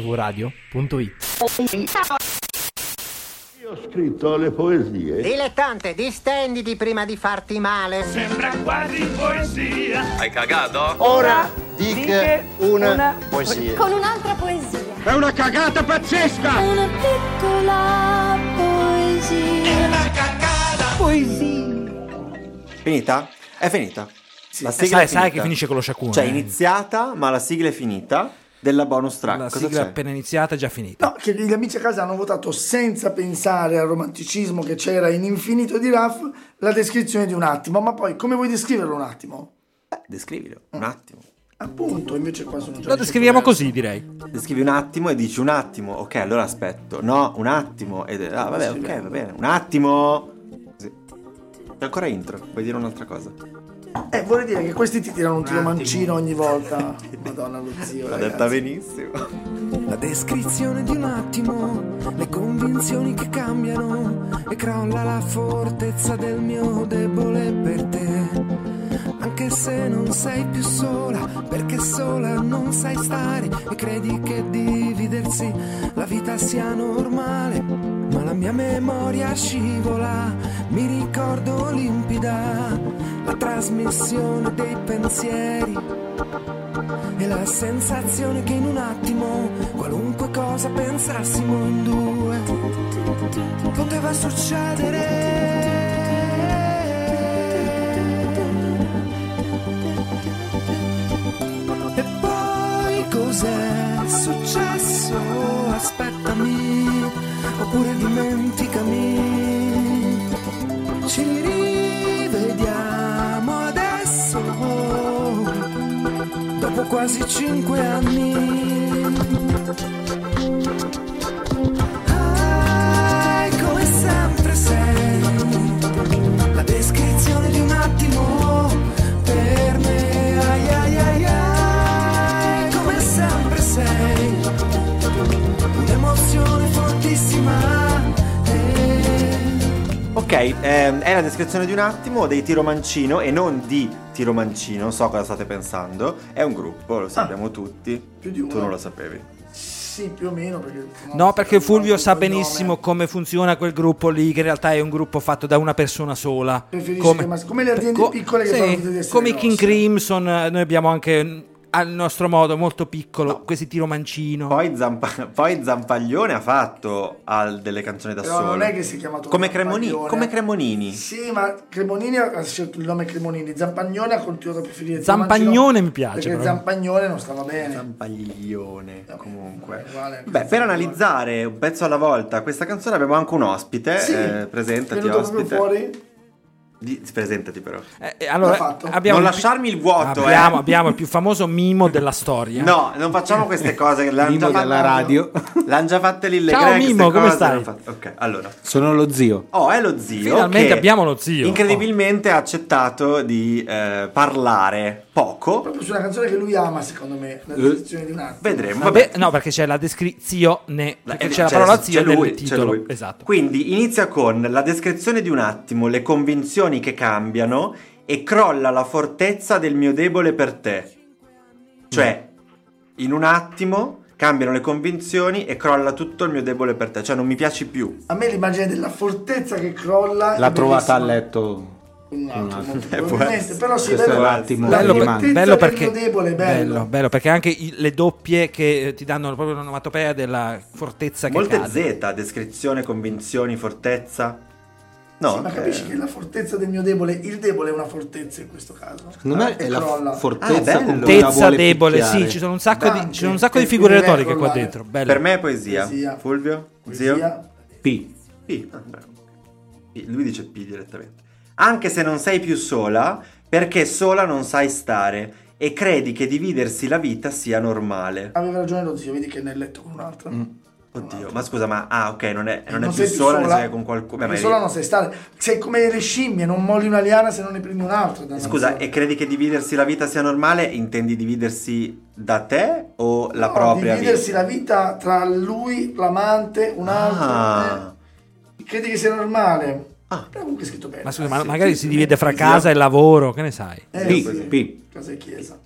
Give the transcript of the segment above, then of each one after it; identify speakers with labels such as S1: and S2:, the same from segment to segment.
S1: mvradio.it.
S2: Io ho scritto le poesie.
S3: Dilettante, distenditi prima di farti male.
S4: Sembra quasi poesia.
S5: Hai cagato?
S2: Ora dica una, poesia.
S6: con un'altra poesia.
S4: È una cagata pazzesca!
S6: Una piccola poesia.
S7: Finita? È finita. La
S1: Sai,
S7: sigla è
S1: Eh, sai
S7: finita.
S1: che finisce con lo sciacquone.
S7: Cioè, è
S1: eh?
S7: iniziata, ma la sigla è finita della bonus track.
S1: La
S7: Cosa
S1: sigla
S7: c'è?
S1: appena iniziata è già finita.
S8: No, che gli amici a casa hanno votato senza pensare al romanticismo che c'era in Infinito di Raff la descrizione di un attimo, ma poi come vuoi descriverlo un attimo?
S7: Eh, descrivilo, un attimo.
S8: Appunto, invece qua sono già...
S1: Lo descriviamo così, direi.
S7: Descrivi un attimo e dici un attimo. Ok, allora aspetto. No, un attimo. Ed è- ah, vabbè, ok, va bene. Un attimo. Sì. C'è ancora intro. Vuoi dire un'altra cosa?
S8: Eh, vorrei dire che questi ti tirano un tiro mancino ogni volta. Madonna, lo zio.
S7: L'ha
S8: ragazzi.
S7: detta benissimo.
S9: La descrizione di un attimo, le convinzioni che cambiano e crolla la fortezza del mio debole per te. Anche se non sei più sola, perché sola non sai stare e credi che dividersi la vita sia normale. Ma la mia memoria scivola, mi ricordo limpida la trasmissione dei pensieri e la sensazione che in un attimo qualunque cosa pensassimo in due poteva succedere. E poi cos'è successo? Aspettami oppure dimenticami. Ci rivediamo adesso dopo quasi cinque anni. Hai come sempre sei la descrizione di un attimo per me. Ai ai ai ai, come sempre sei un'emozione fortissima. e
S7: Ok, ehm, è la descrizione di un attimo dei Tiro Mancino e non di Tiro Mancino, so cosa state pensando. È un gruppo, lo
S1: Ah.
S7: sappiamo tutti.
S8: più di uno.
S7: Tu non lo sapevi.
S8: Sì, più o meno. Perché,
S1: No, perché Fulvio sa
S8: cognome.
S1: benissimo come funziona quel gruppo lì, che in realtà è un gruppo fatto da una persona sola.
S8: Preferisce che mas- come le aziende piccole che
S1: sì,
S8: fanno tutte le
S1: Come i
S8: essere
S1: King
S8: grosse.
S1: Crimson, eh, noi abbiamo anche mm, al nostro modo molto piccolo questi tiro mancino.
S7: Poi, Zampa- poi Zampaglione ha fatto al- delle canzoni da
S8: Però
S7: solo.
S8: non è che si è chiamato
S7: come
S8: Zampaglione.
S7: Cremonini, come Cremonini.
S8: Sì, ma Cremonini ha ha scelto il nome Cremonini. Zampagnone ha continuato a preferire
S1: Zampagnone
S8: Zampagnone,
S1: mi piace,
S8: Perché
S1: però.
S8: Zampagnone non stava bene.
S7: Zampaglione, comunque.
S8: è uguale anche
S7: Beh, per
S8: Zampaglione.
S7: analizzare un pezzo alla volta questa canzone abbiamo anche un ospite.
S8: Sì,
S7: eh, presentati,
S8: venuto proprio
S7: ospite.
S8: fuori.
S7: Di- presentati, però.
S1: Eh, eh, allora,
S8: l'ha fatto.
S1: abbiamo
S7: non
S1: il pi-
S7: lasciarmi il vuoto,
S1: abbiamo,
S7: eh.
S1: abbiamo il più famoso mimo della storia.
S7: No, non facciamo queste cose. che L'hanno
S10: Mimo
S7: già
S10: della
S7: fatte-
S10: radio.
S7: L'hanno già fatte lì le
S1: Ciao,
S7: greche,
S1: Mimo,
S7: ste
S1: come
S7: cose,
S1: stai?
S7: l'hanno fatte- Ok, allora.
S10: Sono lo zio.
S7: Oh, è lo zio.
S1: Finalmente
S7: che
S1: abbiamo lo zio.
S7: Incredibilmente ha accettato di eh, parlare poco.
S8: Proprio su una canzone che lui ama, secondo me. La descrizione di un attimo.
S7: Vedremo.
S1: Vabbè,
S7: vabbè.
S1: no, perché c'è la descrizione, perché
S7: Eh,
S1: c'è la parola zio
S7: c'è lui,
S1: nel
S7: c'è
S1: titolo.
S7: lui.
S1: Esatto.
S7: Quindi inizia con la descrizione di un attimo, le convinzioni che cambiano e crolla la fortezza del mio debole per te. Cioè, in un attimo cambiano le convinzioni e crolla tutto il mio debole per te. Cioè, non mi piaci più.
S8: A me l'immagine della fortezza che crolla.
S10: L'ha
S8: è
S10: trovata a
S8: bellissima.
S10: letto.
S8: Un attimo, molto
S7: Eh, può
S8: probabilmente,
S7: essere.
S8: Però sì,
S7: Questo
S8: bello,
S7: è un
S10: attimo
S8: La
S10: Bello
S1: Bello,
S10: per-
S1: per-
S8: fortezza del
S1: bello perché
S8: mio debole, bello.
S1: bello, bello, perché anche i- le doppie che eh, ti danno proprio l'onomatopea della fortezza che
S7: Molte
S1: cade.
S7: Z, descrizione, convinzioni, fortezza. No,
S8: Sì, ma
S7: eh,
S8: capisci che la fortezza del mio debole, il debole è una fortezza in questo caso.
S10: Secondo me
S8: E
S10: è la
S8: crolla.
S7: Ah,
S10: fortezza
S7: bello.
S10: con cui la
S1: Fortezza
S10: vuole
S1: debole,
S10: picchiare.
S1: sì, ci sono un sacco di,
S8: Dante,
S1: ci sono un sacco di
S8: per
S1: figure
S8: cui deve
S1: retoriche qua
S8: crollare.
S1: dentro. Bello.
S7: Per me è poesia.
S8: Poesia.
S7: Fulvio?
S8: Poesia.
S7: Zio?
S10: P.
S7: P. Ah, bravo. P. Lui dice P direttamente. Anche se non sei più sola, perché sola non sai stare e credi che dividersi la vita sia normale.
S8: Aveva ragione lo zio, vedi che ne è letto con un'altra.
S10: Mm.
S7: Oddio, ma scusa, ma ah, ok, non è, non è più
S8: sei
S7: sola, ne sei con qualcuno. Beh,
S8: perché
S7: ma è-
S8: sola non sei stare. Sei come le scimmie, non molli una liana se non ne prendi un'altra. dannazione.
S7: Scusa, e credi che dividersi la vita sia normale? Intendi dividersi da te o la
S8: No,
S7: propria
S8: dividersi
S7: vita?
S8: la vita tra lui, l'amante, un altro.
S7: Ah.
S8: eh. Credi che sia normale?
S7: Ah.
S8: È comunque scritto bene.
S1: Ma scusa,
S8: eh,
S1: ma
S8: sì.
S1: magari si divide fra
S8: Sì.
S1: casa e lavoro, che ne sai?
S8: Eh,
S10: P,
S8: sì.
S10: P.
S8: Casa e chiesa.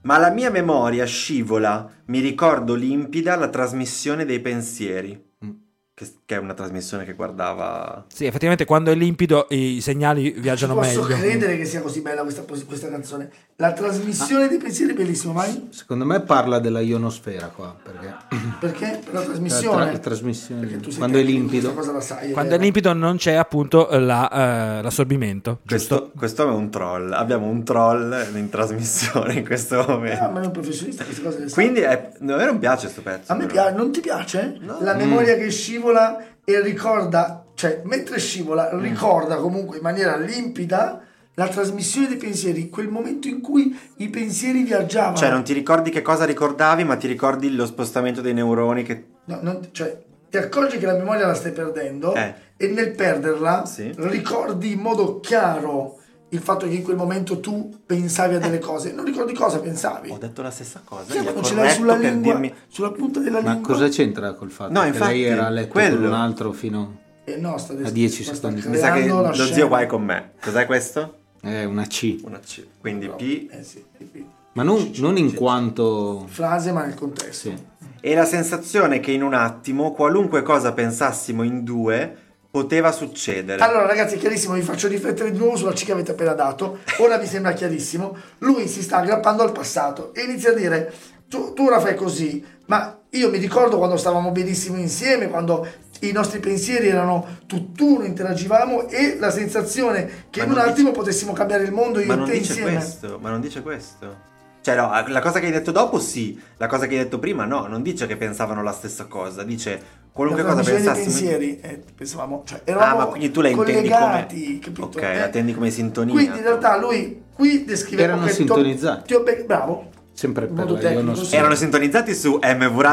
S7: Ma la mia memoria scivola, mi ricordo limpida la trasmissione dei pensieri,
S8: Mm.
S7: che, che è una trasmissione che guardava...
S1: Sì, effettivamente quando è limpido i segnali viaggiano
S8: Posso
S1: meglio.
S8: credere che sia così bella questa, questa canzone. La trasmissione dei pensieri è bellissima, mai?
S5: Secondo me parla della ionosfera qua, perché
S8: Perché? Per la
S5: La
S8: trasmissione.
S5: tra- la trasmissione.
S8: Perché tu sei
S5: Quando è
S8: tecnico,
S5: limpido.
S8: questa cosa la sai,
S1: Quando è
S8: vero?
S1: limpido non c'è appunto la, eh, l'assorbimento.
S7: Questo, questo è un troll, abbiamo un troll in trasmissione in questo
S8: Ah,
S7: momento.
S8: ma è un professionista queste cose le sa.
S7: Quindi è- a me non piace questo pezzo.
S8: A me
S7: però.
S8: piace, non ti piace? La
S7: Mm.
S8: memoria che scivola e ricorda, cioè mentre scivola
S7: Mm.
S8: ricorda comunque in maniera limpida la trasmissione dei pensieri, quel momento in cui i pensieri viaggiavano.
S7: Cioè non ti ricordi che cosa ricordavi, ma ti ricordi lo spostamento dei neuroni che...
S8: No, non- cioè, ti accorgi che la memoria la stai perdendo
S7: Eh.
S8: e nel perderla
S7: Sì.
S8: ricordi in modo chiaro il fatto che in quel momento tu pensavi a delle cose. Non ricordi cosa pensavi.
S7: Eh. Ho detto la stessa cosa.
S8: Sì,
S7: mi
S8: ma
S7: ha
S8: non ce l'hai
S7: corretto
S8: sulla
S7: per
S8: lingua,
S7: dirmi-
S8: sulla punta della
S5: Ma
S8: lingua.
S5: cosa c'entra col fatto
S7: No,
S5: che
S7: infatti,
S5: lei era a letto con
S7: quello.
S5: un altro fino
S8: Eh, no, sta adesso-
S5: A 10
S8: sta
S5: secondi.
S7: Mi sa che
S8: creando la
S7: lo
S8: scena.
S7: zio qua è con me. Cos'è questo?
S5: è eh, una C.
S7: Una C. Quindi P.
S8: Eh sì, tipi-
S5: Ma non, non in quanto
S8: frase ma nel contesto.
S5: sì.
S7: E la sensazione che in un attimo qualunque cosa pensassimo in due poteva succedere.
S8: Allora ragazzi, è chiarissimo, vi faccio riflettere di nuovo sulla C che avete appena dato. Ora mi sembra chiarissimo. Lui si sta aggrappando al passato e inizia a dire, tu, tu ora fai così, ma io mi ricordo quando stavamo benissimo insieme, quando i nostri pensieri erano tutt'uno, interagivamo e la sensazione che
S7: Ma
S8: in un
S7: non dice-
S8: attimo potessimo cambiare il mondo io
S7: ma
S8: e
S7: non
S8: te
S7: dice
S8: insieme.
S7: questo, ma non dice questo. Cioè no, la cosa che hai detto dopo sì, la cosa che hai detto prima no, non dice che pensavano la stessa cosa, dice qualunque
S8: la
S7: cosa
S8: trasmissione
S7: pensassimo. in-
S8: dei pensieri eh, pensavamo cioè
S7: Ah,
S8: eravamo
S7: ma quindi tu la intendi
S8: collegati
S7: come-
S8: capito Eh,
S7: Ok, la intendi come sintonia.
S8: quindi in realtà lui qui descrive
S5: Erano
S8: ok, ti ho-
S5: sintonizzati.
S8: ti ho be- bravo
S5: sempre
S8: In
S5: per
S8: modo
S5: la
S8: tecnico,
S5: ionosfera.
S8: sì.
S7: Erano sintonizzati su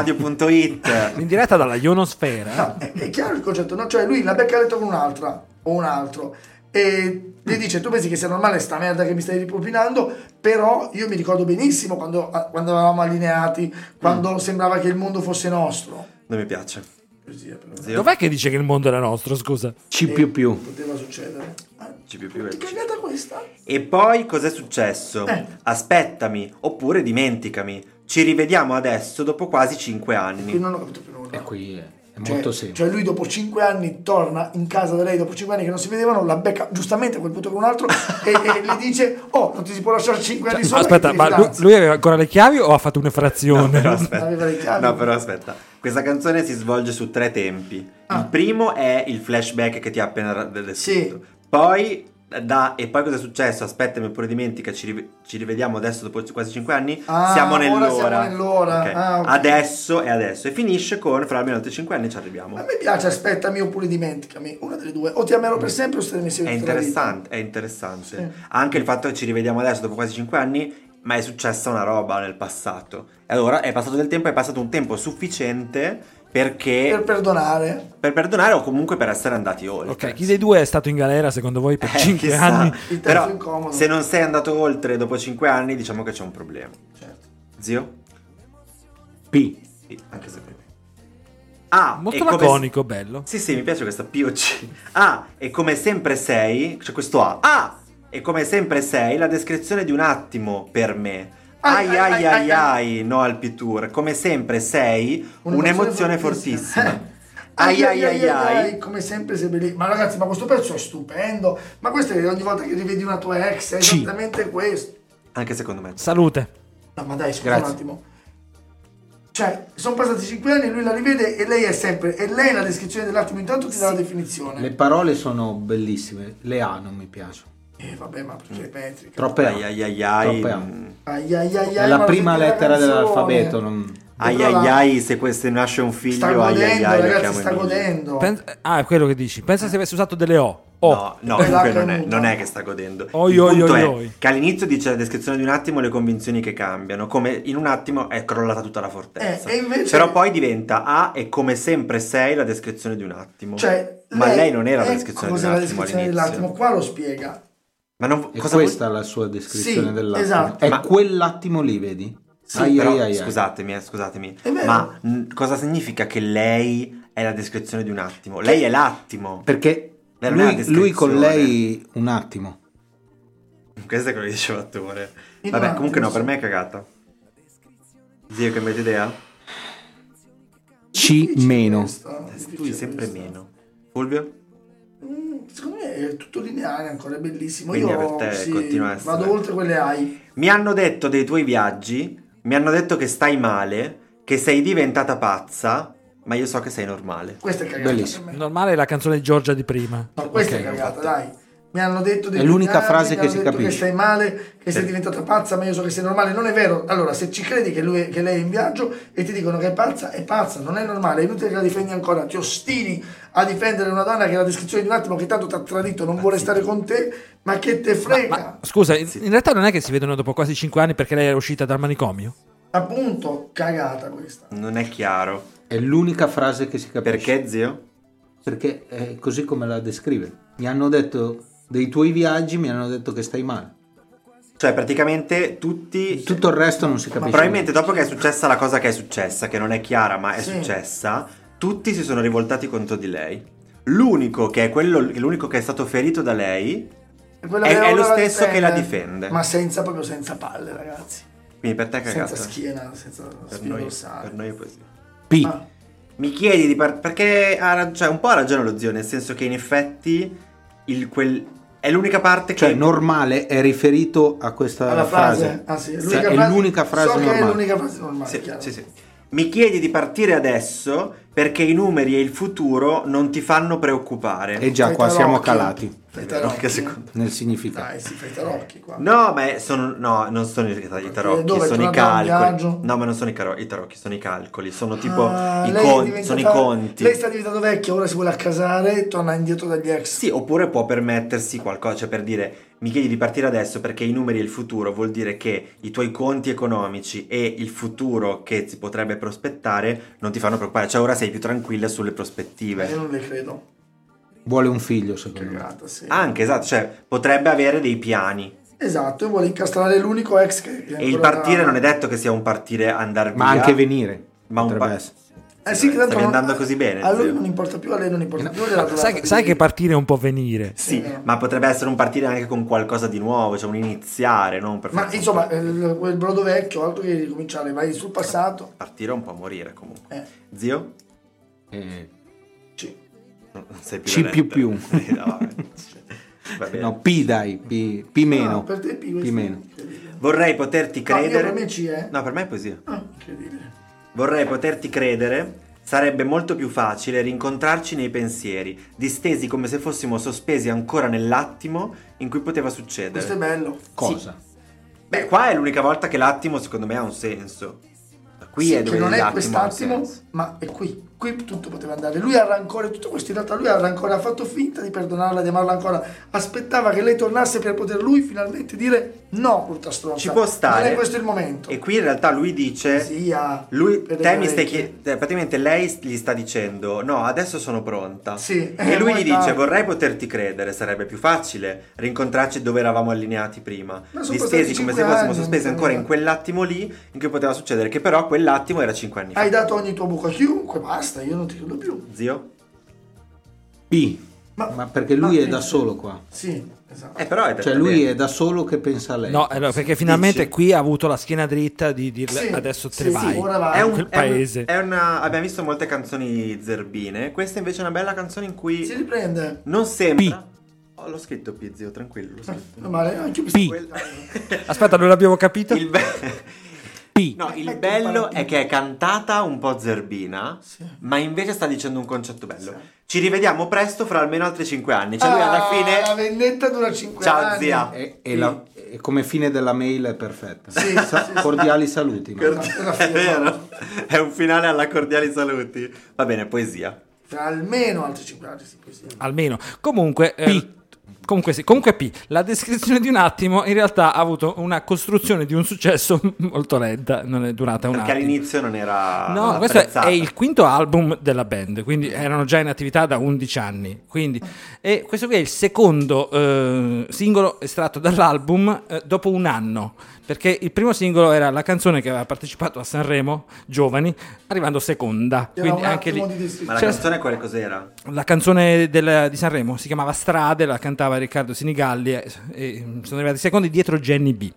S7: mvradio.it.
S1: In diretta dalla ionosfera.
S8: No, è, è chiaro il concetto no? cioè lui la becca a letto con un'altra o un altro e gli dice tu pensi che sia normale sta merda che mi stai ripropinando però io mi ricordo benissimo quando, quando eravamo allineati quando
S7: Mm.
S8: sembrava che il mondo fosse nostro
S7: non mi piace.
S8: così è, però.
S7: Zio,
S1: Dov'è che dice che il mondo era nostro, scusa?
S8: Cioè,
S5: C più più.
S8: poteva succedere Ah,
S7: ci più più
S8: ti
S7: e
S8: è
S7: ci-
S8: cagata questa?
S7: E poi cos'è successo?
S8: Eh.
S7: Aspettami, oppure dimenticami. Ci rivediamo adesso dopo quasi 5
S8: io
S7: anni.
S8: non ho capito più
S7: Ecco,
S8: nulla
S5: E qui è, è
S8: Eh. Cioè-
S5: molto semplice.
S8: Cioè lui dopo 5 anni torna in casa da lei, dopo 5 anni che non si vedevano, la becca giustamente a quel punto con un altro e, e le dice, oh non ti si può lasciare 5
S7: Cioè,
S8: anni solo.
S1: Cioè, Aspetta,
S8: diciamo che
S1: ma
S8: ti
S1: lui,
S8: fidanzi."
S1: lui aveva ancora le chiavi o ha fatto un'effrazione?
S7: Però aspetta.
S8: Aveva le chiavi.
S7: No, però aspetta. Questa canzone si svolge su tre tempi. Il primo è il flashback che ti ha appena ra- descritto.
S8: Ah. Sì.
S7: Poi da e poi cosa è successo? Aspettami oppure dimentica, ci, rive- ci rivediamo adesso dopo quasi 5 anni.
S8: Ah,
S7: siamo
S8: ora siamo
S7: nell'ora.
S8: nell'ora.
S7: Ok.
S8: Ah, ok.
S7: Adesso e adesso e finisce con fra almeno altri 5 anni ci arriviamo.
S8: A me piace, aspettami oppure dimenticami, una delle due, o ti amerò per sempre o staremo
S7: È
S8: insieme tutta la vita.
S7: interessante, è interessante. Anche il fatto che ci rivediamo adesso dopo quasi 5 anni, ma è successa una roba nel passato. E allora è passato del tempo, è passato un tempo sufficiente perché
S8: Per
S7: per,
S8: perdonare,
S7: perdonare o comunque per essere andati oltre.
S1: Ok, chi dei due è stato in galera secondo voi per
S7: Eh,
S1: 5
S7: chissà.
S1: anni?
S8: Il terzo
S7: Però
S8: incomodo.
S7: se non sei andato oltre dopo 5 anni, diciamo che c'è un problema.
S8: certo.
S7: Zio?
S5: P.
S7: Sì, anche se Ah,
S1: Molto
S7: e come-
S1: laconico, bello.
S7: Sì, sì, mi piace questa POC. Ah, e come sempre sei, c'è questo A. Ah, e come sempre sei la descrizione di un attimo per me. Ai ai ai ai, no al P-Tour. Come sempre sei un'emozione fortissima. Ai ai ai ai.
S8: come sempre sei bellissimo. Ma ragazzi, ma questo pezzo è stupendo. Ma questo è ogni volta che rivedi una tua ex, è esattamente questo.
S7: Anche secondo me.
S1: Salute.
S8: No, ma dai, scusa
S5: Grazie.
S8: un attimo. Cioè, sono passati 5 anni, lui la rivede e lei è sempre. E lei la descrizione dell'attimo intanto ti dà la definizione.
S5: Le parole sono bellissime, le A non mi piacciono.
S8: Eh, vabbè, ma perché è metrica?
S5: Troppe A.
S7: Ai ai ai ai.
S5: Troppe A.
S7: mm.
S8: Ai, ai, ai,
S5: È
S8: ai,
S5: la
S8: ma
S5: prima
S8: senti
S5: lettera
S8: canzone.
S5: dell'alfabeto, non-
S7: Ai
S8: Però
S7: ai
S8: la-
S7: ai, se questo nasce un
S8: Sta
S7: figlio, ai
S8: godendo,
S7: ai ai, lo
S8: ragazzi,
S7: chiamo
S8: sta
S7: Emilio.
S8: godendo.
S1: Pensa- ah, è quello che dici. Pensa se avessi usato delle O. O.
S7: No, no,
S8: Esatto,
S7: comunque non è, non è che sta godendo.
S1: Oh. Oi,
S7: Il
S1: oi,
S7: punto
S1: oi,
S7: è
S1: oi.
S7: che all'inizio dice la descrizione di un attimo e le convinzioni che cambiano, come in un attimo è crollata tutta la fortezza.
S8: Eh, e invece-
S7: Però poi diventa A e come sempre sei la descrizione di un attimo.
S8: Cioè,
S7: Ma lei, non era la
S8: eh,
S7: descrizione di
S8: cos'era
S7: un
S8: la
S7: attimo
S8: descrizione
S7: all'inizio.
S8: dell'attimo? Qua lo spiega.
S7: Ma non,
S5: E
S7: cosa vuol-
S5: questa è la sua descrizione
S8: Sì,
S5: dell'attimo.
S8: esatto.
S5: È
S7: Ma-
S5: quell'attimo lì, vedi?
S7: Sì, però, scusatemi, eh, scusatemi.
S8: È vero.
S7: Ma mh, cosa significa che lei è la descrizione di un attimo? Lei è l'attimo.
S5: Perché
S7: Per me è
S5: lui,
S7: la
S5: lui con
S7: descrizione.
S5: lei un attimo.
S7: Questo è quello che diceva l'attore.
S8: In un
S7: Vabbè,
S8: attimo,
S7: comunque no,
S8: sì.
S7: per me è cagata. Zio, che avete idea?
S5: C meno.
S8: Questo?
S7: Tu sempre meno. Fulvio?
S8: Secondo me è tutto lineare ancora, è bellissimo.
S7: Quindi
S8: Io
S7: per te
S8: sì,
S7: continua a essere-
S8: vado oltre quelle AI.
S7: Mi hanno detto dei tuoi viaggi, mi hanno detto che stai male, che sei diventata pazza, ma io so che sei normale.
S8: Questa è cagata
S5: Bellissimo.
S8: per me.
S1: Normale è la canzone di Giorgia di prima.
S8: No, questa
S5: Ok,
S8: è cagata, dai. Mi hanno detto dei
S5: È l'unica
S8: viaggi,
S5: frase
S8: mi
S5: che
S8: hanno
S5: si
S8: detto
S5: capisce.
S8: Che stai male, che sei
S7: Sì.
S8: diventata pazza, ma io so che sei normale. Non è vero. Allora, se ci credi che, lui- che lei è in viaggio e ti dicono che è pazza, è pazza, non è normale. È inutile che la difendi ancora. Ti ostini a difendere una donna che è la descrizione di un attimo che tanto ti ha tradito, non vuole stare con te, ma che te frega.
S1: Ma scusa, in in realtà non è che si vedono dopo quasi 5 anni perché lei era uscita dal manicomio?
S8: Appunto, cagata questa.
S7: Non è chiaro.
S5: È l'unica frase che si capisce.
S7: Perché, zio?
S5: Perché è così come la descrive. Mi hanno detto dei tuoi viaggi, mi hanno detto che stai male.
S7: Cioè, praticamente tutti...
S5: Tutto il resto non si capisce.
S7: Probabilmente dopo che è successa la cosa che è successa, che non è chiara ma è
S8: Sì.
S7: successa, tutti si sono rivoltati contro di lei. L'unico che è, quello, l'unico che è stato ferito da lei,
S8: Quella
S7: È-
S8: che
S7: è lo
S8: ora
S7: stesso che la difende.
S8: Ma senza proprio senza palle, ragazzi.
S7: quindi per te è cagata.
S8: Senza schiena, senza
S7: per, noi,
S8: spindorsale.
S7: per noi è così.
S5: P.
S8: Ah,
S7: Mi chiedi di par- perché ha rag- cioè, un po' ha ragione lo zio, nel senso che in effetti il- quel- è l'unica parte che...
S5: Cioè, normale è riferito a questa
S8: alla frase.
S5: frase.
S8: Ah, sì,
S5: Cioè, è l'unica frase
S8: so che
S5: normale.
S8: È l'unica frase normale.
S7: Sì,
S8: chiaro.
S7: sì, sì. Mi chiedi di partire adesso perché i numeri e il futuro non ti fanno preoccupare.
S5: E già
S8: Fai
S5: qua
S8: tarocchi.
S5: siamo calati
S8: Fai tarocchi.
S7: Anche secondo-
S5: nel significato.
S8: Dai, si fa i tarocchi qua.
S7: No, ma è- sono, no, non sono i, i tarocchi,
S8: Eh, Dove?
S7: sono i
S8: Tornando a un
S7: calcoli.
S8: viaggio?
S7: No, ma non sono i, caro- i tarocchi, sono i calcoli. Sono tipo
S8: Ah,
S7: i
S8: lei è
S7: conti.
S8: diventata-
S7: Sono i conti.
S8: Lei sta diventando vecchia, ora si vuole accasare, torna indietro dagli ex.
S7: Sì, oppure può permettersi qualcosa, cioè per dire mi chiedi di partire adesso perché i numeri e il futuro vuol dire che i tuoi conti economici e il futuro che si potrebbe prospettare non ti fanno preoccupare, cioè ora sei più tranquilla sulle
S8: Eh, Io
S7: prospettive.
S8: non le credo.
S5: Vuole un figlio, secondo me.
S8: Cagata, sì.
S7: Anche, esatto, cioè potrebbe avere dei piani
S8: Esatto, e vuole incastrare l'unico ex che... che
S7: e il
S8: ancora-
S7: partire non è detto che sia un partire andare via.
S5: Ma anche venire.
S7: Ma un
S5: potrebbe
S7: pa-
S5: essere.
S8: Eh sì, che tanto
S7: Stavi
S8: non-
S7: andando così bene,
S8: A lui
S7: zio.
S8: non importa più, a lei non importa più. gliela
S1: Sai,
S8: durata
S1: che- sai
S8: di-
S1: che partire è un po' venire.
S7: Sì,
S8: Eh.
S7: ma potrebbe essere un partire anche con qualcosa di nuovo, cioè un iniziare, non per
S8: Ma
S7: forza un
S8: insomma, eh, il- quel brodo vecchio, altro che ricominciare, vai sul passato.
S7: partire è un po' a morire comunque.
S8: Eh,
S7: Zio?
S5: Eh,
S8: sì.
S7: Non non sei più
S5: C++.
S7: da lettere. Eh, no, vabbè. Va bene.
S5: No, P dai, P, P meno.
S8: Ah, per te P, questo
S5: P meno.
S8: è incredibile.
S7: Vorrei poterti
S8: No, io
S7: credere.
S8: per me ci è.
S7: No, per me è poesia.
S8: Ah, incredibile.
S7: Vorrei poterti credere. Sarebbe molto più facile rincontrarci nei pensieri, distesi come se fossimo sospesi ancora nell'attimo in cui poteva
S8: Questo è
S7: succedere.
S8: bello.
S5: Cosa?
S7: Eh, Beh, qua è l'unica volta che l'attimo, secondo me, ha un senso. Da Qui
S8: Sì,
S7: è dove
S8: che non è
S7: l'attimo ha un
S8: quest'attimo,
S7: senso.
S8: ma è qui. Qui tutto poteva andare. Lui ha rancore, tutto questo in realtà lui ha rancore, ha fatto finta di perdonarla, di amarla ancora. Aspettava che lei tornasse per poter lui finalmente dire no, brutta stronza.
S7: Ci può stare.
S8: Non è questo il momento.
S7: E qui in realtà lui dice.
S8: Zia,
S7: Lui,
S8: per le
S7: te mi stai
S8: orecchie.
S7: chied- eh, praticamente lei st- gli sta dicendo no, adesso sono pronta. e
S8: Sì, eh,
S7: lui
S8: ma
S7: gli
S8: dai.
S7: dice vorrei poterti credere, sarebbe più facile rincontrarci dove eravamo allineati prima,
S8: Ma sono
S7: distesi
S8: passati
S7: come
S8: cinque
S7: se fossimo
S8: anni,
S7: sospesi
S8: non
S7: ancora in
S8: so.
S7: quell'attimo lì in cui poteva succedere, che però quell'attimo era 5 anni fa.
S8: Hai dato ogni tuo buco a chiunque, basta, io non ti credo più.
S7: Zio?
S5: P.
S8: Ma-
S5: Ma perché lui
S8: ma- eh,
S5: è da solo qua.
S8: Sì, esatto.
S7: Eh però è
S5: Cioè lui è da solo che pensa a lei.
S1: No, allora, perché finalmente
S7: Dici?
S1: qui ha avuto la schiena dritta di dirle
S8: Sì,
S1: adesso te
S8: sì,
S1: ne
S8: sì,
S1: vai.
S8: ora vai.
S7: è
S1: quel
S7: un, è un-
S1: paese.
S7: è una- abbiamo visto molte canzoni zerbine, questa invece è una bella canzone in cui
S8: Si riprende.
S7: non sembra... Oh, l'ho scritto P, zio, tranquillo, l'ho scritto.
S8: Meno male, Ah, anche io mi quella.
S1: Aspetta, non l'abbiamo capito?
S7: Il, be- No, il bello è che è cantata un po' zerbina, ma invece sta dicendo un concetto bello. Ci rivediamo presto fra almeno altri 5 anni. Cioè, lui alla
S8: Ah, La
S7: fine.
S8: vendetta dura 5
S7: Ciao,
S8: anni.
S7: zia.
S5: E, e la- e come fine della mail è perfetta.
S8: Sì,
S5: Sa-
S8: sì, sì.
S5: cordiali saluti. ma-
S8: è la
S7: È
S8: firma.
S7: vero, è un finale alla cordiali saluti. Va bene, poesia.
S8: Fra almeno altri 5 anni, sì, così.
S1: Almeno. Comunque... eh, Comunque sì, comunque P, la descrizione di un attimo in realtà ha avuto una costruzione di un successo molto lenta, non è durata un
S7: Perché
S1: attimo.
S7: all'inizio non era.
S1: No, questo è,
S7: apprezzata.
S1: è il quinto album della band, quindi erano già in attività da 11 anni. quindi- e questo qui è il secondo eh, singolo estratto dall'album eh, dopo un anno, perché il primo singolo era la canzone che aveva partecipato a Sanremo, Giovani, arrivando seconda.
S8: Era
S1: Quindi
S8: un
S1: anche lì
S8: attimo di descrizione.
S7: Ma la
S1: Cioè-
S7: canzone quale cos'era?
S1: la canzone del- di Sanremo si chiamava mm, Strade, la cantava Riccardo Sinigalli e, e sono arrivati secondi dietro Jenny B.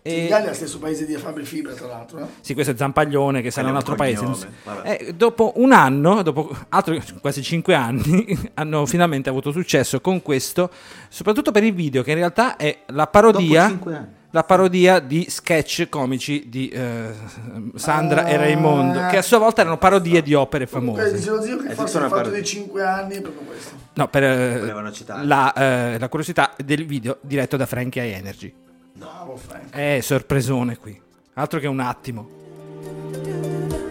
S1: E-
S8: Ghana è lo stesso paese di Fabri Fibra, tra l'altro. eh. no?
S1: Sì, questo è Zampaglione che sarà un
S7: Quello è
S1: altro
S7: un
S1: paese. non so.
S7: cognome, vabbè.
S1: Eh, dopo un anno, dopo altri quasi cinque anni, hanno finalmente avuto successo con questo, soprattutto per il video che in realtà è la
S5: Dopo
S1: parodia,
S5: cinque anni.
S1: la parodia di sketch comici di eh, Sandra e Raimondo, che a sua volta erano parodie di opere
S8: Comunque,
S1: famose.
S8: dice lo zio che
S7: È tutta
S8: forse ha
S7: una
S8: fatto
S7: parodia.
S8: dei 5 anni proprio questo.
S1: No, per eh,
S7: Volevano citare.
S1: la, eh, la curiosità del video diretto da Frankie High Energy.
S8: Bravo, Frank.
S1: Eh, sorpresone qui. Altro che un attimo.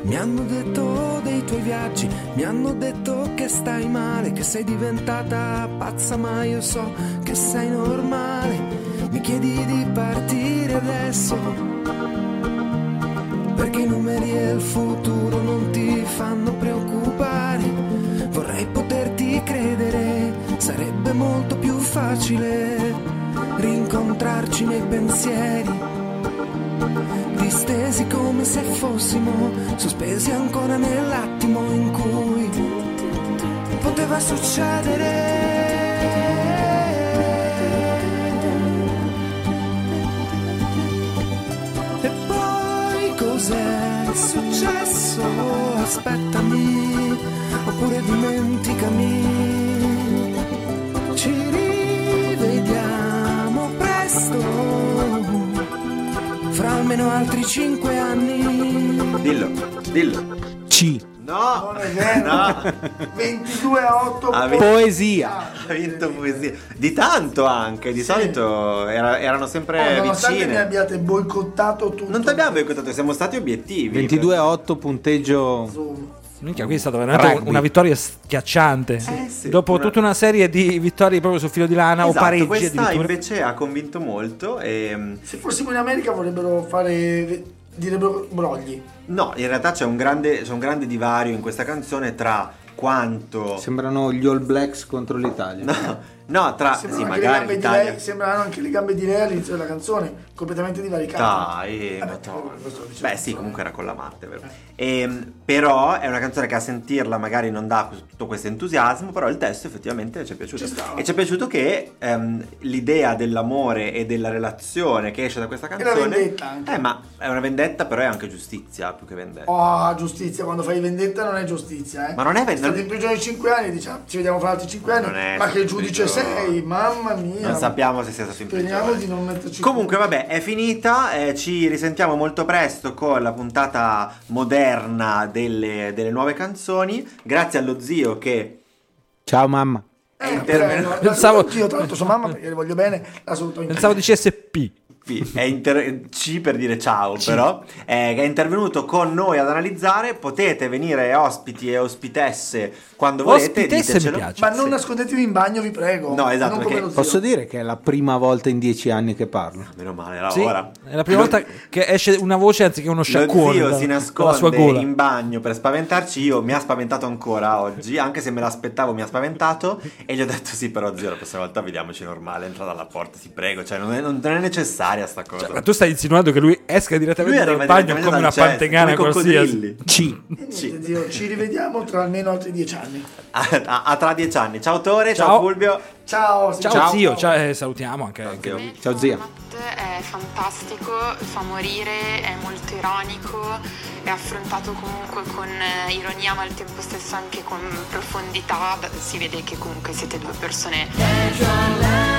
S9: Mi hanno detto dei tuoi viaggi, mi hanno detto che stai male, che sei diventata pazza, ma io so che sei normale. Mi chiedi di partire adesso, perché i numeri e il futuro non ti fanno preoccupare. Vorrei poterti credere, sarebbe molto più facile rincontrarci nei pensieri distesi come se fossimo sospesi ancora nell'attimo in cui poteva succedere. E poi cos'è successo? Aspettami, oppure dimenticami. Ci rivediamo presto fra almeno altri cinque anni.
S7: Dillo, dillo.
S5: C.
S7: No,
S8: Non è vero.
S7: no,
S8: 22 a 8.
S7: Ah,
S8: poi-
S5: Poesia.
S7: ha vinto poesia. Di tanto anche, di solito era- erano sempre
S8: Oh, nonostante mi
S7: eh, vicine.
S8: abbiate boicottato tutto.
S7: Non ti abbiamo boicottato, siamo stati obiettivi.
S5: 22 a 8 punteggio.
S8: Zoom.
S1: Minchia, qui è stata veramente
S5: Rugby.
S1: una vittoria schiacciante.
S7: sì.
S1: Dopo
S7: Una-
S1: tutta una serie di vittorie proprio sul filo di lana
S7: Esatto,
S1: o pareggi
S7: questa
S1: addirittura.
S7: invece ha convinto molto e mm,
S8: Se fossimo in America vorrebbero fare. direbbero brogli.
S7: no, in realtà c'è un, grande, c'è un grande divario in questa canzone tra quanto
S5: Sembrano gli All Blacks contro l'Italia.
S7: no, no, tra
S8: Sembrano
S7: Ah, sì,
S8: anche
S7: magari
S8: le gambe di
S7: l'Italia.
S8: lei, sembrano anche le gambe di lei all'inizio della canzone, completamente divaricate.
S7: Dai,
S8: Vabbè,
S7: madonna.
S8: questo Eh, lo dicevo.
S7: Beh, sì, comunque era con la Marte, vero? Ehm, però è una canzone che a sentirla magari non dà que- tutto questo entusiasmo, però il testo effettivamente ci è piaciuto.
S8: Ci stava.
S7: e ci è piaciuto che ehm, l'idea dell'amore e della relazione che esce da questa
S8: la
S7: canzone...
S8: vendetta anche.
S7: Eh, ma è una vendetta, però è anche giustizia più che vendetta.
S8: Oh, giustizia, quando fai vendetta non è giustizia, eh.
S7: Ma non è
S8: Sei
S7: vendetta.
S8: stato in prigione 5 anni, diciamo, ci vediamo fra altri 5 anni.
S7: non è
S8: Ma che
S7: stato in
S8: giudice
S7: prigione.
S8: sei? Mamma mia.
S7: Non sappiamo se sia stato in
S8: Speriamo
S7: prigione.
S8: di non metterci
S7: Comunque, vabbè, è finita. eh, ci risentiamo molto presto con la puntata moderna delle, delle nuove canzoni. Grazie allo zio che
S5: Ciao mamma.
S7: è
S8: Eh,
S7: intervenuto.
S8: prego, la
S1: Pensavo-
S8: saluto anch'io, tra l'altro sua mamma perché le voglio bene, la saluto anch'io.
S1: Pensavo dicesse P.
S7: Sì, è inter- C per dire ciao, però eh, che è intervenuto con noi ad analizzare. Potete venire ospiti e ospitesse quando volete.
S1: Ospitesse mi
S7: ditecelo.
S1: piace.
S8: Ma non
S7: Sì.
S8: nascondetevi in bagno, vi prego.
S7: No, esatto,
S8: Non come
S7: perché-
S8: lo zio.
S5: Posso dire che è la prima volta in dieci anni che parlo.
S7: Meno male, era
S1: Sì,
S7: ora.
S1: è la prima volta che esce una voce anziché uno
S7: Lo
S1: sciacquone
S7: zio
S1: da-
S7: si
S1: dalla sua
S7: nasconde
S1: gola.
S7: in bagno per spaventarci. Io mi ha spaventato ancora oggi, anche se me l'aspettavo, mi ha spaventato. E gli ho detto: Sì, però, zio, la prossima volta vediamoci normale. Entra dalla porta, ti prego. Cioè, non è, non è necessaria sta cosa.
S1: Ma tu stai insinuando che lui esca
S7: Lui
S1: direttamente
S7: arriva
S1: dal bagno
S7: direttamente
S1: come
S7: dal
S1: una
S7: cesto,
S1: pantegana
S7: come i
S1: qualsiasi.
S7: coccodrilli.
S5: C.
S8: Eh,
S7: Sì.
S8: niente, zio, ci rivediamo tra almeno altri 10 anni.
S7: A, a- a tra dieci anni. Ciao, Tore. Ciao,
S1: Ciao.
S7: Fulvio.
S8: Ciao,
S1: Ciao, zio, ciao, eh, salutiamo anche.
S7: Zio.
S5: Ciao, zia.
S10: Format È fantastico, fa morire, è molto ironico, è affrontato comunque con eh, ironia ma al tempo stesso anche con profondità, Beh, si vede che comunque siete due persone